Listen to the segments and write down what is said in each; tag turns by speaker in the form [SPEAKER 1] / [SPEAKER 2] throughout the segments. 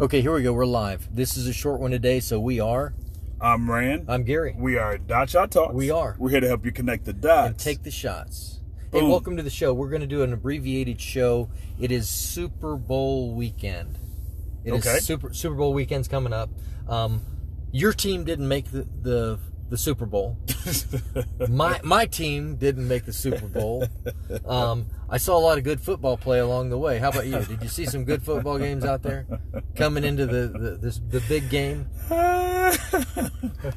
[SPEAKER 1] Okay, here we go. We're live. This is a short one today, so we are.
[SPEAKER 2] I'm Rand.
[SPEAKER 1] I'm Gary.
[SPEAKER 2] we are Dot Shot Talks.
[SPEAKER 1] We are.
[SPEAKER 2] We're here to help you connect the dots.
[SPEAKER 1] And take the shots. Hey,
[SPEAKER 2] Boom.
[SPEAKER 1] welcome to the show. We're going to do an abbreviated show. It is Super Bowl weekend. It is
[SPEAKER 2] Okay.
[SPEAKER 1] Super Super Bowl weekend's coming up. Um, your team didn't make the the, the Super Bowl. my my team didn't make the Super Bowl. Um, I saw a lot of good football play along the way. How about you? Did you see some good football games out there coming into the the, this, the big game?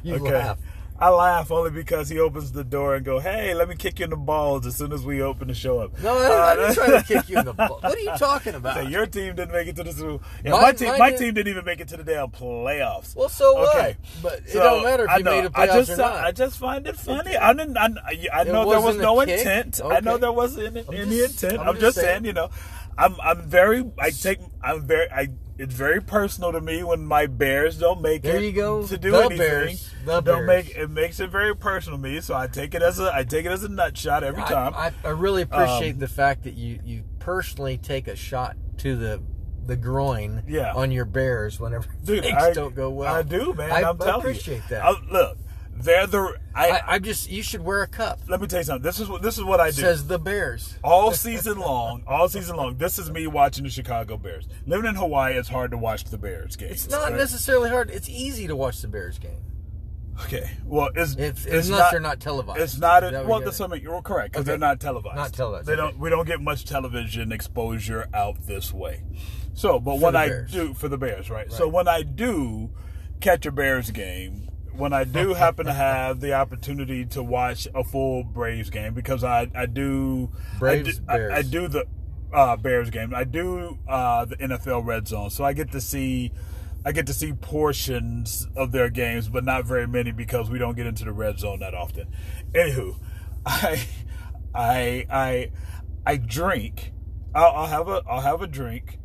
[SPEAKER 1] You laugh.
[SPEAKER 2] I laugh only because he opens the door and go, "Hey, let me kick you in the balls as soon as we open the show up."
[SPEAKER 1] No, I, I'm just trying to kick you in the butt. What are you talking about?
[SPEAKER 2] So your team didn't make it to the Super Bowl. Yeah,
[SPEAKER 1] Mine-
[SPEAKER 2] my team,
[SPEAKER 1] mine
[SPEAKER 2] my
[SPEAKER 1] did-
[SPEAKER 2] team didn't even make it to the damn playoffs.
[SPEAKER 1] Well, so what?
[SPEAKER 2] Okay.
[SPEAKER 1] But it
[SPEAKER 2] So,
[SPEAKER 1] don't matter if
[SPEAKER 2] I
[SPEAKER 1] you
[SPEAKER 2] know.
[SPEAKER 1] made a playoffs
[SPEAKER 2] I just,
[SPEAKER 1] or not.
[SPEAKER 2] I just find it funny. I didn't. I, I know there was
[SPEAKER 1] wasn't a
[SPEAKER 2] no
[SPEAKER 1] kick?
[SPEAKER 2] intent. I know
[SPEAKER 1] Okay.
[SPEAKER 2] there wasn't any,
[SPEAKER 1] I'm
[SPEAKER 2] any
[SPEAKER 1] just-
[SPEAKER 2] intent.
[SPEAKER 1] I'm
[SPEAKER 2] I'm,
[SPEAKER 1] just
[SPEAKER 2] just saying,
[SPEAKER 1] saying.
[SPEAKER 2] you know, I'm I'm very. I take. I'm very. I. It's very personal to me when my Bears don't make
[SPEAKER 1] There
[SPEAKER 2] it
[SPEAKER 1] you go.
[SPEAKER 2] to do
[SPEAKER 1] The
[SPEAKER 2] anything.
[SPEAKER 1] Bears. The
[SPEAKER 2] don't
[SPEAKER 1] Bears.
[SPEAKER 2] make it makes it very personal to me. So I take it as a I take it as a nut shot every
[SPEAKER 1] I,
[SPEAKER 2] time.
[SPEAKER 1] I, I really appreciate
[SPEAKER 2] Um,
[SPEAKER 1] the fact that you, you personally take a shot to the the groin
[SPEAKER 2] Yeah.
[SPEAKER 1] on your bears whenever
[SPEAKER 2] Dude,
[SPEAKER 1] things
[SPEAKER 2] I,
[SPEAKER 1] don't go well.
[SPEAKER 2] I do, man.
[SPEAKER 1] I,
[SPEAKER 2] am telling you.
[SPEAKER 1] appreciate that.
[SPEAKER 2] I- look, they're the. I,
[SPEAKER 1] I, I'm just you should wear a cup.
[SPEAKER 2] let me tell you something. This is what this is what I do.
[SPEAKER 1] Says the bears.
[SPEAKER 2] all season long, all season long. This is me watching the Chicago Bears. Living in Hawaii, it's hard to watch the Bears games.
[SPEAKER 1] It's not
[SPEAKER 2] right?
[SPEAKER 1] necessarily hard. It's easy to watch the Bears game.
[SPEAKER 2] okay. Well, it's
[SPEAKER 1] It's,
[SPEAKER 2] it's
[SPEAKER 1] unless they're not televised.
[SPEAKER 2] It's not.
[SPEAKER 1] Is that
[SPEAKER 2] A,
[SPEAKER 1] what
[SPEAKER 2] well,
[SPEAKER 1] you
[SPEAKER 2] that's
[SPEAKER 1] got?
[SPEAKER 2] something you're correct because
[SPEAKER 1] Okay.
[SPEAKER 2] they're not televised.
[SPEAKER 1] Not televised,
[SPEAKER 2] They
[SPEAKER 1] okay.
[SPEAKER 2] don't. We don't get much television exposure out this way. So, but
[SPEAKER 1] For
[SPEAKER 2] when
[SPEAKER 1] the
[SPEAKER 2] I
[SPEAKER 1] Bears.
[SPEAKER 2] do for the Bears, right? So when I do catch a Bears game, when I do happen to have the opportunity to watch a full Braves game because I I do
[SPEAKER 1] Braves,
[SPEAKER 2] I do, I- I
[SPEAKER 1] Bears.
[SPEAKER 2] do the uh, Bears game. I do uh, the NFL Red Zone, so I get to see. I get to see portions of their games, but not very many because we don't get into the red zone that often. Anywho, I, I, I, I drink. I'll, I'll have a I'll have a drink,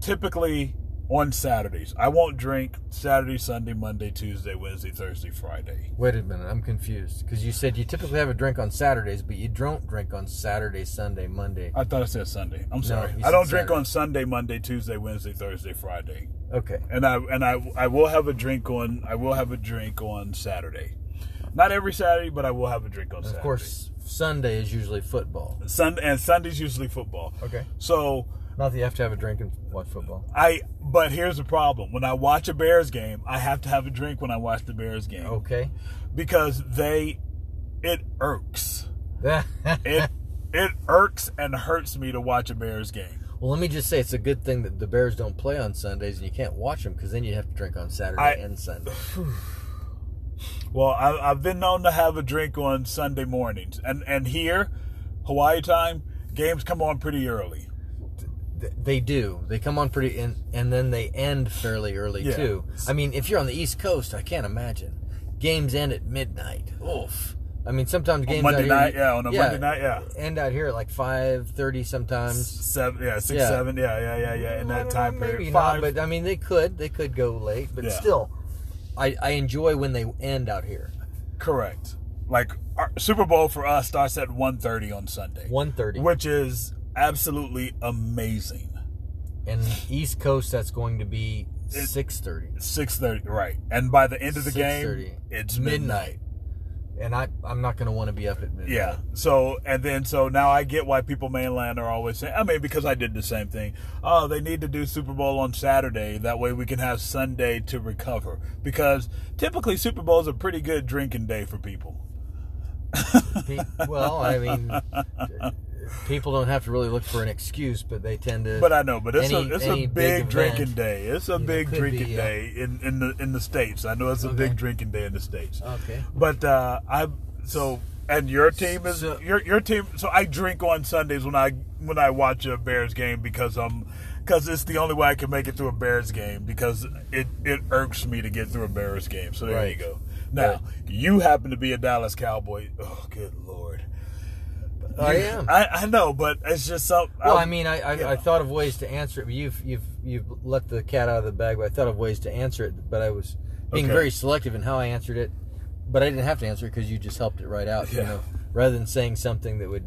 [SPEAKER 2] typically on Saturdays. I won't drink Saturday, Sunday, Monday, Tuesday, Wednesday, Thursday, Friday.
[SPEAKER 1] Wait a minute, I'm confused because you said you typically have a drink on Saturdays, but you don't drink on Saturday, Sunday, Monday.
[SPEAKER 2] I thought I said Sunday. I'm sorry.
[SPEAKER 1] you
[SPEAKER 2] I don't
[SPEAKER 1] said
[SPEAKER 2] drink
[SPEAKER 1] Saturday.
[SPEAKER 2] on Sunday, Monday, Tuesday, Wednesday, Thursday, Friday.
[SPEAKER 1] Okay.
[SPEAKER 2] And I and I I will have a drink on I will have a drink on Saturday. Not every Saturday, but I will have a drink on Saturday.
[SPEAKER 1] Of course, Sunday is usually football.
[SPEAKER 2] Sunday and Sunday's usually football.
[SPEAKER 1] Okay.
[SPEAKER 2] So
[SPEAKER 1] Not that you have to have a drink and watch football.
[SPEAKER 2] I but here's the problem. When I watch a Bears game, I have to have a drink when I watch the Bears game.
[SPEAKER 1] Okay.
[SPEAKER 2] Because they it irks.
[SPEAKER 1] well,
[SPEAKER 2] It it irks and hurts me to watch a Bears game.
[SPEAKER 1] let me just say it's a good thing that the Bears don't play on Sundays and you can't watch them because then you have to drink on Saturday
[SPEAKER 2] I-
[SPEAKER 1] and Sunday.
[SPEAKER 2] Well, I, I've been known to have a drink on Sunday mornings, and and here, Hawaii time, games come on pretty early.
[SPEAKER 1] Th- They do. They come on pretty and and then they end fairly early
[SPEAKER 2] Yeah.
[SPEAKER 1] too. I mean, if you're on the East Coast, I can't imagine games end at midnight. Oof. I mean, sometimes games out
[SPEAKER 2] Monday
[SPEAKER 1] here-
[SPEAKER 2] night, yeah, on a Monday night, yeah.
[SPEAKER 1] end out here at like five thirty sometimes.
[SPEAKER 2] Seven, yeah, six,
[SPEAKER 1] Yeah.
[SPEAKER 2] seven, yeah, yeah, yeah, yeah. In
[SPEAKER 1] I
[SPEAKER 2] that
[SPEAKER 1] don't
[SPEAKER 2] time
[SPEAKER 1] know, maybe
[SPEAKER 2] period,
[SPEAKER 1] not, but I mean, they could. They could go late, but
[SPEAKER 2] Yeah.
[SPEAKER 1] still, I, I enjoy when they end out here.
[SPEAKER 2] correct. Like our, Super Bowl for us starts at 1.30 on Sunday,
[SPEAKER 1] 1.30.
[SPEAKER 2] which is absolutely amazing.
[SPEAKER 1] and East Coast, that's going to be 6.30.
[SPEAKER 2] Six thirty, right? And by the end of the game,
[SPEAKER 1] 6:30.
[SPEAKER 2] it's midnight.
[SPEAKER 1] Midnight. And I, I'm not going to want to be up at midnight.
[SPEAKER 2] Yeah. So and then so now I get why people mainland are always saying. I mean, because I did the same thing. Oh, they need to do Super Bowl on Saturday. That way we can have Sunday to recover. Because typically Super Bowl's a pretty good drinking day for people.
[SPEAKER 1] Pe- well, I mean, people don't have to really look for an excuse, but they tend to.
[SPEAKER 2] But I know, but it's
[SPEAKER 1] Any-
[SPEAKER 2] a it's
[SPEAKER 1] any
[SPEAKER 2] a
[SPEAKER 1] big
[SPEAKER 2] big,
[SPEAKER 1] event,
[SPEAKER 2] drinking day. It's a
[SPEAKER 1] know,
[SPEAKER 2] big
[SPEAKER 1] could
[SPEAKER 2] drinking
[SPEAKER 1] be, yeah.
[SPEAKER 2] day in in the in the states. I know it's a
[SPEAKER 1] Okay.
[SPEAKER 2] big drinking day in the states.
[SPEAKER 1] okay.
[SPEAKER 2] But uh, I so and your team is
[SPEAKER 1] So-
[SPEAKER 2] your your team. So I drink on Sundays when I when I watch a Bears game because I'm because it's the only way I can make it through a Bears game because it it irks me to get through a Bears game. So there
[SPEAKER 1] Right.
[SPEAKER 2] you go. Now
[SPEAKER 1] Right.
[SPEAKER 2] you happen to be a Dallas Cowboy. Oh, good lord.
[SPEAKER 1] I am.
[SPEAKER 2] I, I know, but it's just so.
[SPEAKER 1] Well, I mean, I, I,
[SPEAKER 2] yeah.
[SPEAKER 1] I thought of ways to answer it. but You've you've you've let the cat out of the bag. But I thought of ways to answer it, but I was being
[SPEAKER 2] Okay.
[SPEAKER 1] very selective in how I answered it. But I didn't have to answer it because you just helped it right out. You
[SPEAKER 2] Yeah.
[SPEAKER 1] know, rather than saying something that would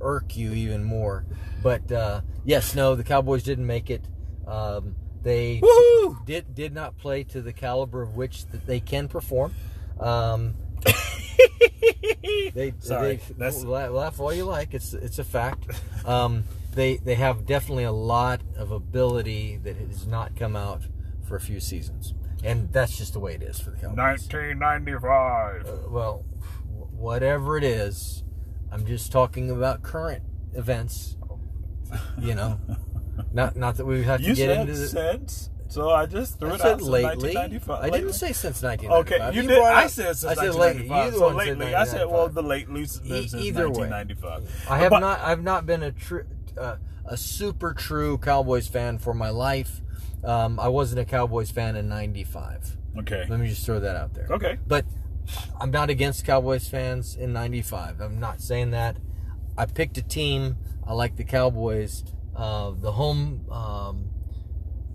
[SPEAKER 1] irk you even more. But uh, yes, no, the Cowboys didn't make it. Um, They
[SPEAKER 2] Woo!
[SPEAKER 1] did did not play to the caliber of which that they can perform. Um, they,
[SPEAKER 2] Sorry,
[SPEAKER 1] they-
[SPEAKER 2] that's-
[SPEAKER 1] la- laugh all you like. It's it's a fact. Um, they they have definitely a lot of ability that has not come out for a few seasons, and that's just the way it is for the Cowboys. Uh,
[SPEAKER 2] 1995.
[SPEAKER 1] Well, wh- whatever it is, I'm just talking about current events. You know, not not that we have to
[SPEAKER 2] You
[SPEAKER 1] get
[SPEAKER 2] said
[SPEAKER 1] into the,
[SPEAKER 2] since, so I just threw
[SPEAKER 1] I
[SPEAKER 2] it
[SPEAKER 1] said
[SPEAKER 2] out. since
[SPEAKER 1] lately. I
[SPEAKER 2] 1995.
[SPEAKER 1] didn't
[SPEAKER 2] Lately.
[SPEAKER 1] say since 1995.
[SPEAKER 2] Okay, you did.
[SPEAKER 1] brought
[SPEAKER 2] I
[SPEAKER 1] up-
[SPEAKER 2] said since
[SPEAKER 1] I said lately.
[SPEAKER 2] 1995.
[SPEAKER 1] Either
[SPEAKER 2] so
[SPEAKER 1] one said
[SPEAKER 2] lately, I said, well,
[SPEAKER 1] 1995.
[SPEAKER 2] the lately since
[SPEAKER 1] E-
[SPEAKER 2] since
[SPEAKER 1] either way.
[SPEAKER 2] 1995.
[SPEAKER 1] I have
[SPEAKER 2] But-
[SPEAKER 1] not. I've not been a true, uh, a super true Cowboys fan for my life. Um, I wasn't a Cowboys fan in '95.
[SPEAKER 2] Okay.
[SPEAKER 1] Let me just throw that out there.
[SPEAKER 2] Okay.
[SPEAKER 1] But I'm not against Cowboys fans in '95. I'm not saying that. I picked a team. I like the Cowboys. Uh, the home, um,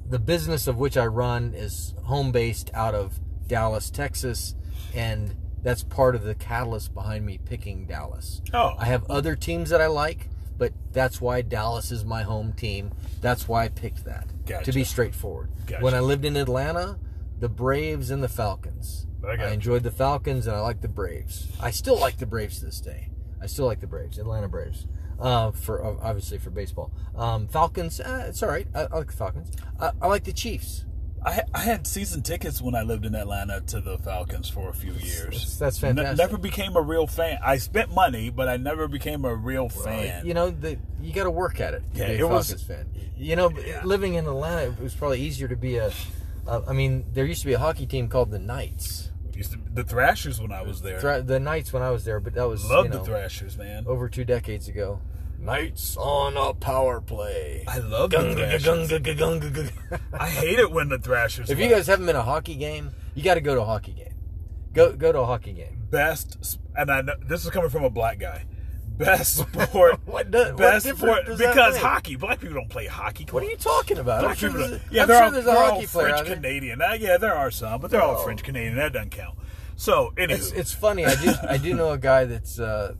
[SPEAKER 1] the business of which I run is home based out of Dallas, Texas, and that's part of the catalyst behind me picking Dallas.
[SPEAKER 2] Oh.
[SPEAKER 1] I have other teams that I like, but that's why Dallas is my home team. That's why I picked that. To
[SPEAKER 2] Gotcha.
[SPEAKER 1] be straightforward.
[SPEAKER 2] Gotcha.
[SPEAKER 1] When I lived in Atlanta, the Braves and the Falcons.
[SPEAKER 2] I gotcha.
[SPEAKER 1] I enjoyed the Falcons and I like the Braves. I still like the Braves to this day. I still like the Braves, Atlanta Braves, uh, for uh, obviously for baseball. Um, Falcons, uh, it's all right. I, I like the Falcons. I, I like the Chiefs.
[SPEAKER 2] I, I had season tickets when I lived in Atlanta to the Falcons for a few years.
[SPEAKER 1] That's
[SPEAKER 2] Ne-
[SPEAKER 1] fantastic.
[SPEAKER 2] never became a real fan. I spent money, but I never became a real fan.
[SPEAKER 1] You know, the, you got to work at it. to
[SPEAKER 2] Yeah,
[SPEAKER 1] be a
[SPEAKER 2] it was-
[SPEAKER 1] Falcons fan. You know, living in Atlanta, it was probably easier to be a. Uh, I mean, there used to be a hockey team called the Knights.
[SPEAKER 2] Used to- the Thrashers when I was there.
[SPEAKER 1] Thra- the Knights when I was there, but that was
[SPEAKER 2] Love
[SPEAKER 1] you know, Oh.
[SPEAKER 2] the Thrashers, man.
[SPEAKER 1] over two decades ago. Knights on a power play.
[SPEAKER 2] I love the
[SPEAKER 1] Gunga,
[SPEAKER 2] Thrashers.
[SPEAKER 1] gunga, gunga, gunga.
[SPEAKER 2] I hate it when the Thrashers.
[SPEAKER 1] If you
[SPEAKER 2] left.
[SPEAKER 1] guys haven't been to a hockey game, you got to go to a hockey game. Go go to a hockey game.
[SPEAKER 2] best, sp- and I know, this is coming from a black guy. Best sport.
[SPEAKER 1] What do- what
[SPEAKER 2] best
[SPEAKER 1] difference
[SPEAKER 2] sport
[SPEAKER 1] does that
[SPEAKER 2] because
[SPEAKER 1] make?
[SPEAKER 2] hockey. Black people don't play hockey. Come
[SPEAKER 1] What are
[SPEAKER 2] on.
[SPEAKER 1] you talking about? I'm
[SPEAKER 2] Black
[SPEAKER 1] sure
[SPEAKER 2] people
[SPEAKER 1] there's
[SPEAKER 2] don't-
[SPEAKER 1] a,
[SPEAKER 2] yeah,
[SPEAKER 1] I'm
[SPEAKER 2] there
[SPEAKER 1] sure
[SPEAKER 2] are,
[SPEAKER 1] there's a
[SPEAKER 2] there are
[SPEAKER 1] hockey player.
[SPEAKER 2] French
[SPEAKER 1] out there.
[SPEAKER 2] Canadian. Uh, yeah, there are some, but they're all
[SPEAKER 1] Oh.
[SPEAKER 2] French Canadian. That doesn't count. So, anywho,
[SPEAKER 1] It's, it's funny. I do I do know a guy that's uh,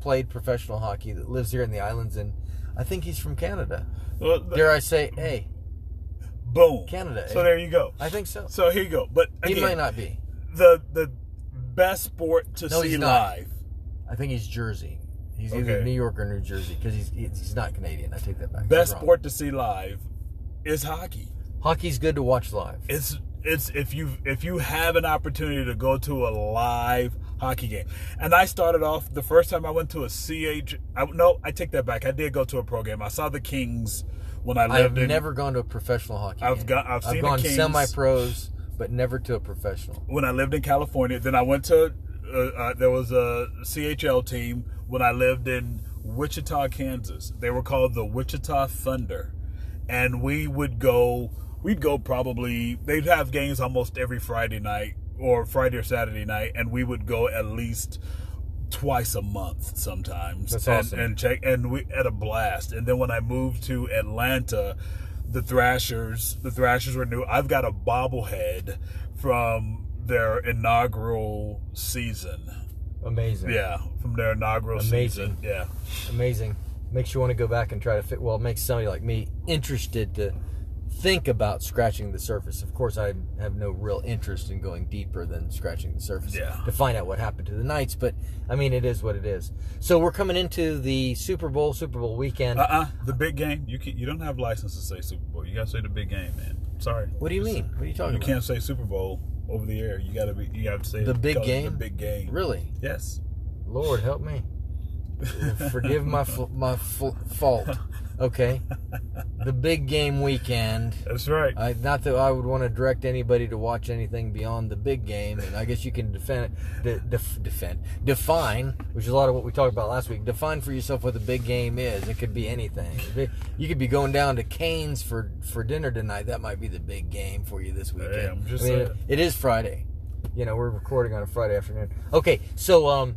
[SPEAKER 1] played professional hockey that lives here in the islands, and I think he's from Canada.
[SPEAKER 2] Well, th-
[SPEAKER 1] Dare I say, hey,
[SPEAKER 2] boom,
[SPEAKER 1] Canada,
[SPEAKER 2] So
[SPEAKER 1] eh?
[SPEAKER 2] there you go.
[SPEAKER 1] I think so.
[SPEAKER 2] So here you go. But
[SPEAKER 1] He
[SPEAKER 2] again,
[SPEAKER 1] might not be.
[SPEAKER 2] the the best sport to
[SPEAKER 1] No,
[SPEAKER 2] see
[SPEAKER 1] he's not.
[SPEAKER 2] live.
[SPEAKER 1] I think he's Jersey. He's either
[SPEAKER 2] Okay.
[SPEAKER 1] New York or New Jersey because he's he's not Canadian. I take that back. I was
[SPEAKER 2] Best
[SPEAKER 1] wrong.
[SPEAKER 2] sport to see live is hockey.
[SPEAKER 1] Hockey's good to watch live.
[SPEAKER 2] It's it's if you if you have an opportunity to go to a live hockey game. And I started off the first time I went to a CH. I, no, I take that back. I did go to a pro game. I saw the Kings when I
[SPEAKER 1] I've
[SPEAKER 2] lived in
[SPEAKER 1] never gone to a professional hockey.
[SPEAKER 2] I've
[SPEAKER 1] game.
[SPEAKER 2] got- I've seen the
[SPEAKER 1] gone
[SPEAKER 2] Kings.
[SPEAKER 1] semi pros, but never to a professional.
[SPEAKER 2] when I lived in California. Then I went to uh, uh, there was a CHL team when I lived in Wichita, Kansas. They were called the Wichita Thunder, and we would go. We'd go probably. They'd have games almost every Friday night or Friday or Saturday night, and we would go at least twice a month sometimes
[SPEAKER 1] That's
[SPEAKER 2] and,
[SPEAKER 1] awesome.
[SPEAKER 2] and check and we at a blast and then when i moved to atlanta the thrashers the thrashers were new i've got a bobblehead from their inaugural season
[SPEAKER 1] Amazing.
[SPEAKER 2] yeah from their inaugural
[SPEAKER 1] Amazing.
[SPEAKER 2] season yeah
[SPEAKER 1] Amazing. Makes you want to go back and try to fit. Well, it makes somebody like me interested to think about scratching the surface. Of course, I have no real interest in going deeper than scratching the surface
[SPEAKER 2] Yeah.
[SPEAKER 1] to find out what happened to the Knights. But I mean, it is what it is. So we're coming into the Super Bowl, Super Bowl weekend.
[SPEAKER 2] uh-uh the big game you can, you don't have license to say super bowl you gotta say the big game man sorry
[SPEAKER 1] what do you mean? What are you talking
[SPEAKER 2] you
[SPEAKER 1] about?
[SPEAKER 2] can't say super bowl over the air you gotta be you gotta say
[SPEAKER 1] The big
[SPEAKER 2] call it the
[SPEAKER 1] game?
[SPEAKER 2] big game
[SPEAKER 1] Really?
[SPEAKER 2] yes
[SPEAKER 1] Lord help me. Forgive my fl- my fl- fault. Okay. The big game weekend.
[SPEAKER 2] that's right
[SPEAKER 1] I, not that I would want to direct anybody to watch anything beyond the big game, and I guess you can defend, de, def, defend, define, which is a lot of what we talked about last week. Define for yourself what the big game is. It could be anything. It could be- You could be going down to Canes for for dinner tonight. That might be the big game for you this weekend.
[SPEAKER 2] Hey, I'm just
[SPEAKER 1] I mean,
[SPEAKER 2] saying.
[SPEAKER 1] it is Friday. You know, we're recording on a Friday afternoon. Okay, so um,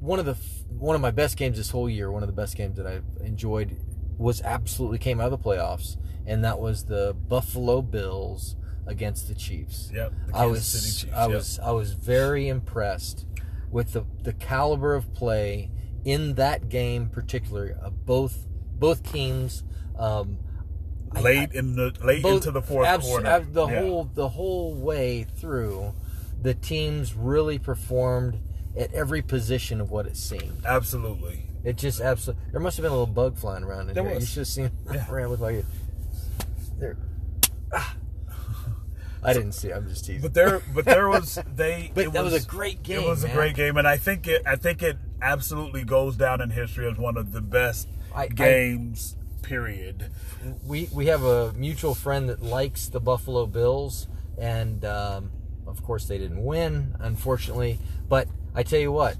[SPEAKER 1] one of the f- one of my best games this whole year, one of the best games that I've enjoyed was absolutely came out of the playoffs, and that was the Buffalo Bills against the Chiefs.
[SPEAKER 2] Yep, the
[SPEAKER 1] I
[SPEAKER 2] Kansas
[SPEAKER 1] was
[SPEAKER 2] City Chiefs,
[SPEAKER 1] I
[SPEAKER 2] yep.
[SPEAKER 1] was I was very impressed with the the caliber of play in that game, particularly of both both teams. Um,
[SPEAKER 2] late in the late
[SPEAKER 1] both-
[SPEAKER 2] into the fourth
[SPEAKER 1] abs-
[SPEAKER 2] quarter.
[SPEAKER 1] ab- the
[SPEAKER 2] Yeah.
[SPEAKER 1] whole the whole way through, the teams really performed at every position of what it seemed.
[SPEAKER 2] absolutely.
[SPEAKER 1] It just absolutely. There must have been a little bug flying around in
[SPEAKER 2] There
[SPEAKER 1] here. You
[SPEAKER 2] was.
[SPEAKER 1] should have seen.
[SPEAKER 2] Yeah.
[SPEAKER 1] Ran look like it. There. Ah. I didn't see. it. I'm just teasing.
[SPEAKER 2] But there, but there was they.
[SPEAKER 1] But
[SPEAKER 2] it
[SPEAKER 1] that was a great game,
[SPEAKER 2] It was
[SPEAKER 1] man.
[SPEAKER 2] a great game, and I think it. I think it absolutely goes down in history as one of the best
[SPEAKER 1] I- I-
[SPEAKER 2] games. period.
[SPEAKER 1] we we have a mutual friend that likes the Buffalo Bills, and um, of course they didn't win, unfortunately. But I tell you what,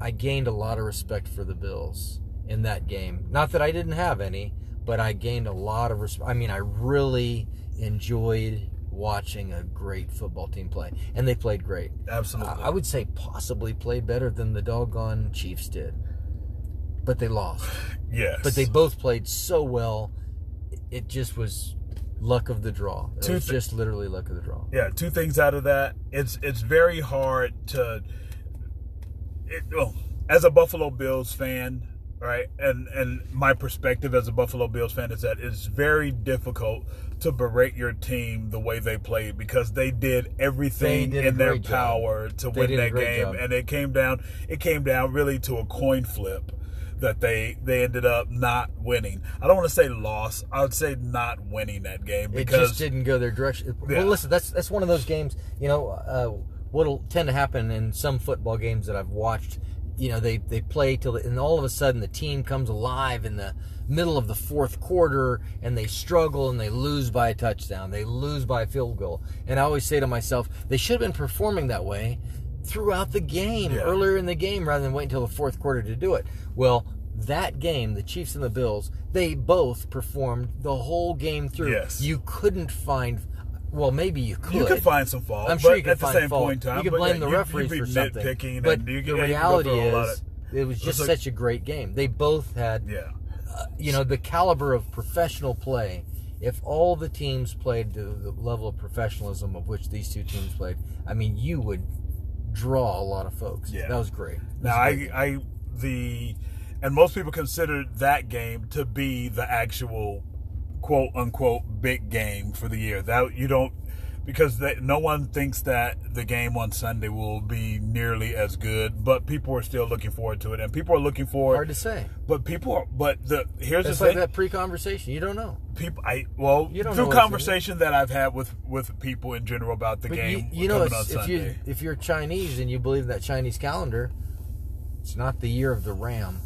[SPEAKER 1] I gained a lot of respect for the Bills in that game. Not that I didn't have any, but I gained a lot of respect. I mean, I really enjoyed watching a great football team play, and they played great.
[SPEAKER 2] Absolutely.
[SPEAKER 1] I I would say possibly played better than the doggone Chiefs did, but they lost
[SPEAKER 2] yes.
[SPEAKER 1] but they both played so well. It just was luck of the draw. It
[SPEAKER 2] Two
[SPEAKER 1] was
[SPEAKER 2] thi-
[SPEAKER 1] just literally luck of the draw.
[SPEAKER 2] yeah two things out of that it's it's very hard to it, well, as a buffalo bills fan right and and my perspective as a buffalo bills fan is that it's very difficult to berate your team the way they played because they did everything
[SPEAKER 1] They did a
[SPEAKER 2] in their
[SPEAKER 1] great job.
[SPEAKER 2] power to
[SPEAKER 1] They
[SPEAKER 2] win
[SPEAKER 1] did a
[SPEAKER 2] that
[SPEAKER 1] great
[SPEAKER 2] game
[SPEAKER 1] job.
[SPEAKER 2] and it came down it came down really to a coin flip that they they ended up not winning i don't want to say loss i would say not winning that game
[SPEAKER 1] It
[SPEAKER 2] because
[SPEAKER 1] just didn't go their direction.
[SPEAKER 2] Yeah.
[SPEAKER 1] Well, listen, that's that's one of those games. You know, uh, what'll tend to happen in some football games that I've watched. You know, they they play till the, and all of a sudden the team comes alive in the middle of the fourth quarter and they struggle and they lose by a touchdown. They lose by a field goal. And I always say to myself, they should have been performing that way throughout the game,
[SPEAKER 2] Yeah.
[SPEAKER 1] earlier in the game, rather than wait until the fourth quarter to do it. Well, that game, the Chiefs and the Bills, they both performed the whole game through.
[SPEAKER 2] Yes.
[SPEAKER 1] You couldn't find. Well, maybe you could.
[SPEAKER 2] You can find some fault.
[SPEAKER 1] I'm sure
[SPEAKER 2] but
[SPEAKER 1] you can
[SPEAKER 2] at
[SPEAKER 1] find
[SPEAKER 2] the same
[SPEAKER 1] fault.
[SPEAKER 2] point in time,
[SPEAKER 1] you can
[SPEAKER 2] but
[SPEAKER 1] blame
[SPEAKER 2] yeah,
[SPEAKER 1] the
[SPEAKER 2] you- you'd
[SPEAKER 1] referee
[SPEAKER 2] be
[SPEAKER 1] for something.
[SPEAKER 2] nitpicking
[SPEAKER 1] But
[SPEAKER 2] and you,
[SPEAKER 1] the
[SPEAKER 2] yeah, you
[SPEAKER 1] reality
[SPEAKER 2] go through a lot
[SPEAKER 1] is,
[SPEAKER 2] of-
[SPEAKER 1] it was just
[SPEAKER 2] like-
[SPEAKER 1] such a great game. They both had,
[SPEAKER 2] yeah,
[SPEAKER 1] you know, the caliber of professional play. If all the teams played to the level of professionalism of which these two teams played, I mean, you would draw a lot of folks.
[SPEAKER 2] Yeah.
[SPEAKER 1] That was great.
[SPEAKER 2] Now I, I the and most people consider that game to be the actual quote unquote big game for the year. That you don't because that, no one thinks that the game on Sunday will be nearly as good, but people are still looking forward to it, and people are looking forward.
[SPEAKER 1] Hard to say.
[SPEAKER 2] but people, are, but the here's
[SPEAKER 1] It's
[SPEAKER 2] the
[SPEAKER 1] like
[SPEAKER 2] thing:
[SPEAKER 1] that pre-conversation. You don't know.
[SPEAKER 2] people, I well
[SPEAKER 1] You don't know
[SPEAKER 2] through
[SPEAKER 1] what's in it.
[SPEAKER 2] conversation that I've had with with people in general about the
[SPEAKER 1] But you,
[SPEAKER 2] game.
[SPEAKER 1] you know,
[SPEAKER 2] coming
[SPEAKER 1] it's,
[SPEAKER 2] on
[SPEAKER 1] if you
[SPEAKER 2] Sunday.
[SPEAKER 1] if you're Chinese and you believe that Chinese calendar, it's not the year of the ram.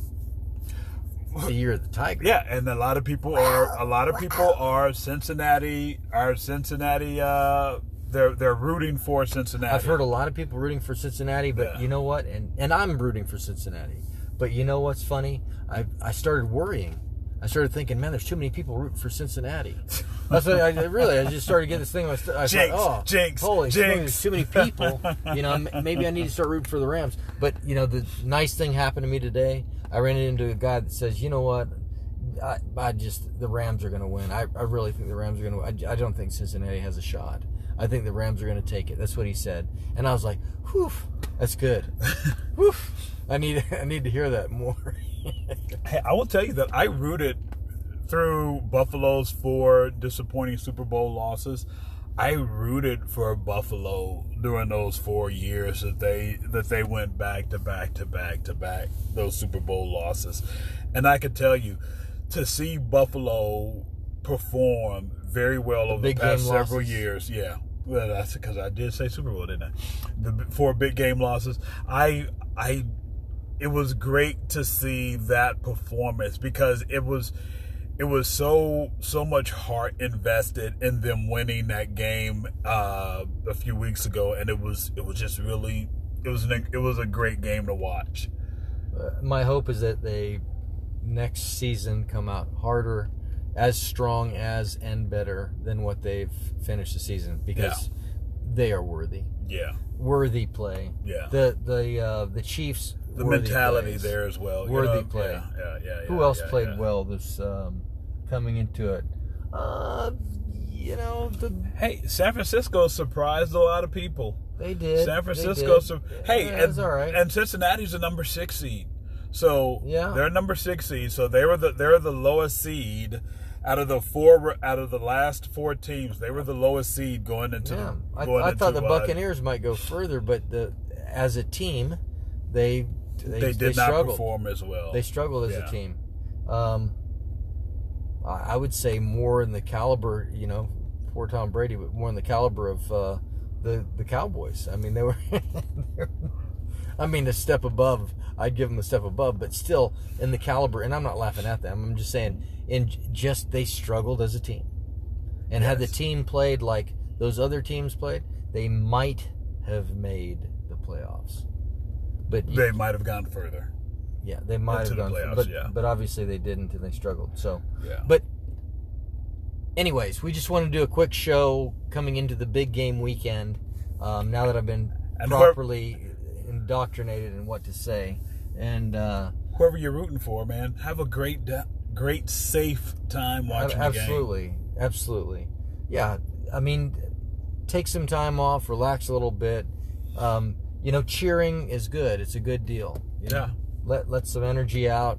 [SPEAKER 1] It's the year of the tiger.
[SPEAKER 2] Yeah, and a lot of people are a lot of people are Cincinnati are Cincinnati uh they're they're rooting for Cincinnati.
[SPEAKER 1] I've heard a lot of people rooting for Cincinnati, but
[SPEAKER 2] Yeah.
[SPEAKER 1] you know what? And and I'm rooting for Cincinnati. But you know what's funny? I I started worrying. I started thinking, man, there's too many people rooting for Cincinnati. That's what I I really. I just started getting this thing. I st- I
[SPEAKER 2] Jinx,
[SPEAKER 1] thought, oh,
[SPEAKER 2] jinx,
[SPEAKER 1] holy smokes,
[SPEAKER 2] jinx.
[SPEAKER 1] there's too many people. You know, m- maybe I need to start rooting for the Rams. But you know, the nice thing happened to me today. I ran into a guy that says, you know what? I, I just the Rams are going to win. I, I really think the Rams are going to. I, I don't think Cincinnati has a shot. I think the Rams are going to take it. That's what he said, and I was like, "Whew, that's good. Whew, I need I need to hear that more."
[SPEAKER 2] Hey, I will tell you that I rooted through Buffalo's four disappointing Super Bowl losses. I rooted for Buffalo during those four years that they that they went back to back to back to back those Super Bowl losses, and I can tell you, to see Buffalo perform very well over the
[SPEAKER 1] big
[SPEAKER 2] past
[SPEAKER 1] game
[SPEAKER 2] several
[SPEAKER 1] losses.
[SPEAKER 2] years, yeah. Well, that's because I did say Super Bowl, didn't I? The b- four big game losses. I I it was great to see that performance because it was it was so so much heart invested in them winning that game uh, a few weeks ago, and it was it was just really it was an, it was a great game to watch.
[SPEAKER 1] Uh, my hope is that they next season come out harder, as strong as and better than what they've finished the season because they are worthy,
[SPEAKER 2] Yeah,
[SPEAKER 1] worthy play.
[SPEAKER 2] yeah. The,
[SPEAKER 1] The the uh, the Chiefs worthy
[SPEAKER 2] mentality
[SPEAKER 1] plays.
[SPEAKER 2] there as well. you
[SPEAKER 1] Worthy
[SPEAKER 2] know?
[SPEAKER 1] play.
[SPEAKER 2] Yeah, yeah, yeah, yeah,
[SPEAKER 1] Who else
[SPEAKER 2] yeah,
[SPEAKER 1] played
[SPEAKER 2] yeah.
[SPEAKER 1] well this um, coming into it? Uh, you know the
[SPEAKER 2] Hey, San Francisco surprised a lot of people.
[SPEAKER 1] they did.
[SPEAKER 2] San
[SPEAKER 1] They
[SPEAKER 2] Francisco.
[SPEAKER 1] did.
[SPEAKER 2] Sur- hey,
[SPEAKER 1] yeah,
[SPEAKER 2] and,
[SPEAKER 1] it's all right.
[SPEAKER 2] and Cincinnati's the number six seed. So
[SPEAKER 1] Yeah.
[SPEAKER 2] they're number six seed. So they were the they're the lowest seed. out of the four out of the last four teams, they were the lowest seed going into
[SPEAKER 1] Yeah,
[SPEAKER 2] the.
[SPEAKER 1] I,
[SPEAKER 2] Going
[SPEAKER 1] I thought
[SPEAKER 2] into,
[SPEAKER 1] the
[SPEAKER 2] uh,
[SPEAKER 1] Buccaneers might go further, but the as a team, they they,
[SPEAKER 2] they, did not
[SPEAKER 1] struggled.
[SPEAKER 2] perform as well.
[SPEAKER 1] They struggled as
[SPEAKER 2] Yeah.
[SPEAKER 1] a team. Um, I I would say more in the caliber, you know, poor Tom Brady, but more in the caliber of uh, the the Cowboys. I mean, they were. they were- I mean, a step above. I'd give them a step above, but still in the caliber. And I'm not laughing at them. I'm just saying, in j- just they struggled as a team. And had the
[SPEAKER 2] Yes.
[SPEAKER 1] team played like those other teams played, they might have made the playoffs. But you-
[SPEAKER 2] they might have gone further.
[SPEAKER 1] yeah, they might have
[SPEAKER 2] Into the
[SPEAKER 1] gone,
[SPEAKER 2] playoffs,
[SPEAKER 1] but
[SPEAKER 2] yeah.
[SPEAKER 1] but obviously they didn't, and they struggled. So,
[SPEAKER 2] Yeah.
[SPEAKER 1] but anyways, we just want to do a quick show coming into the big game weekend. Um, now that I've been
[SPEAKER 2] And where-
[SPEAKER 1] properly indoctrinated in what to say, and uh,
[SPEAKER 2] Whoever you're rooting for, man, have a great, da- great, safe time watching
[SPEAKER 1] ab-
[SPEAKER 2] the game.
[SPEAKER 1] absolutely, absolutely, yeah. I mean, take some time off, relax a little bit. Um, you know, cheering is good; it's a good deal. you know?
[SPEAKER 2] Yeah.
[SPEAKER 1] let let some energy out,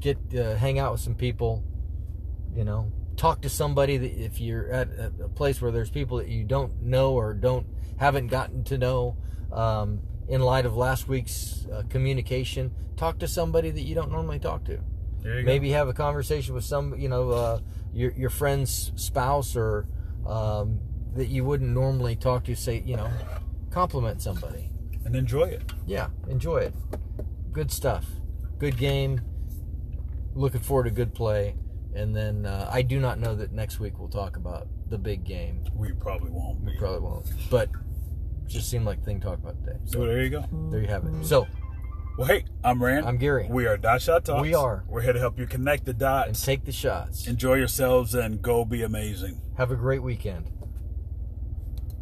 [SPEAKER 1] get uh, hang out with some people, you know, talk to somebody that if you're at a, a place where there's people that you don't know or don't haven't gotten to know. Um, in light of last week's uh, communication, talk to somebody that you don't normally talk to.
[SPEAKER 2] There you go.
[SPEAKER 1] Maybe have a conversation with some, you know, uh, your your friend's spouse or um, that you wouldn't normally talk to. Say, you know, compliment somebody
[SPEAKER 2] and enjoy it.
[SPEAKER 1] yeah, enjoy it. Good stuff. Good game. Looking forward to good play. And then uh, I do not know that next week we'll talk about the big game.
[SPEAKER 2] We probably won't. Be.
[SPEAKER 1] Probably won't. But just seemed like the thing to talk about today.
[SPEAKER 2] So there you go.
[SPEAKER 1] There you have it. So,
[SPEAKER 2] Well, hey, I'm Rand.
[SPEAKER 1] I'm Gary.
[SPEAKER 2] We are Dot Shot Talks.
[SPEAKER 1] We are.
[SPEAKER 2] We're here to help you connect the
[SPEAKER 1] and
[SPEAKER 2] dots.
[SPEAKER 1] take the shots.
[SPEAKER 2] Enjoy yourselves and go be amazing.
[SPEAKER 1] Have a great weekend.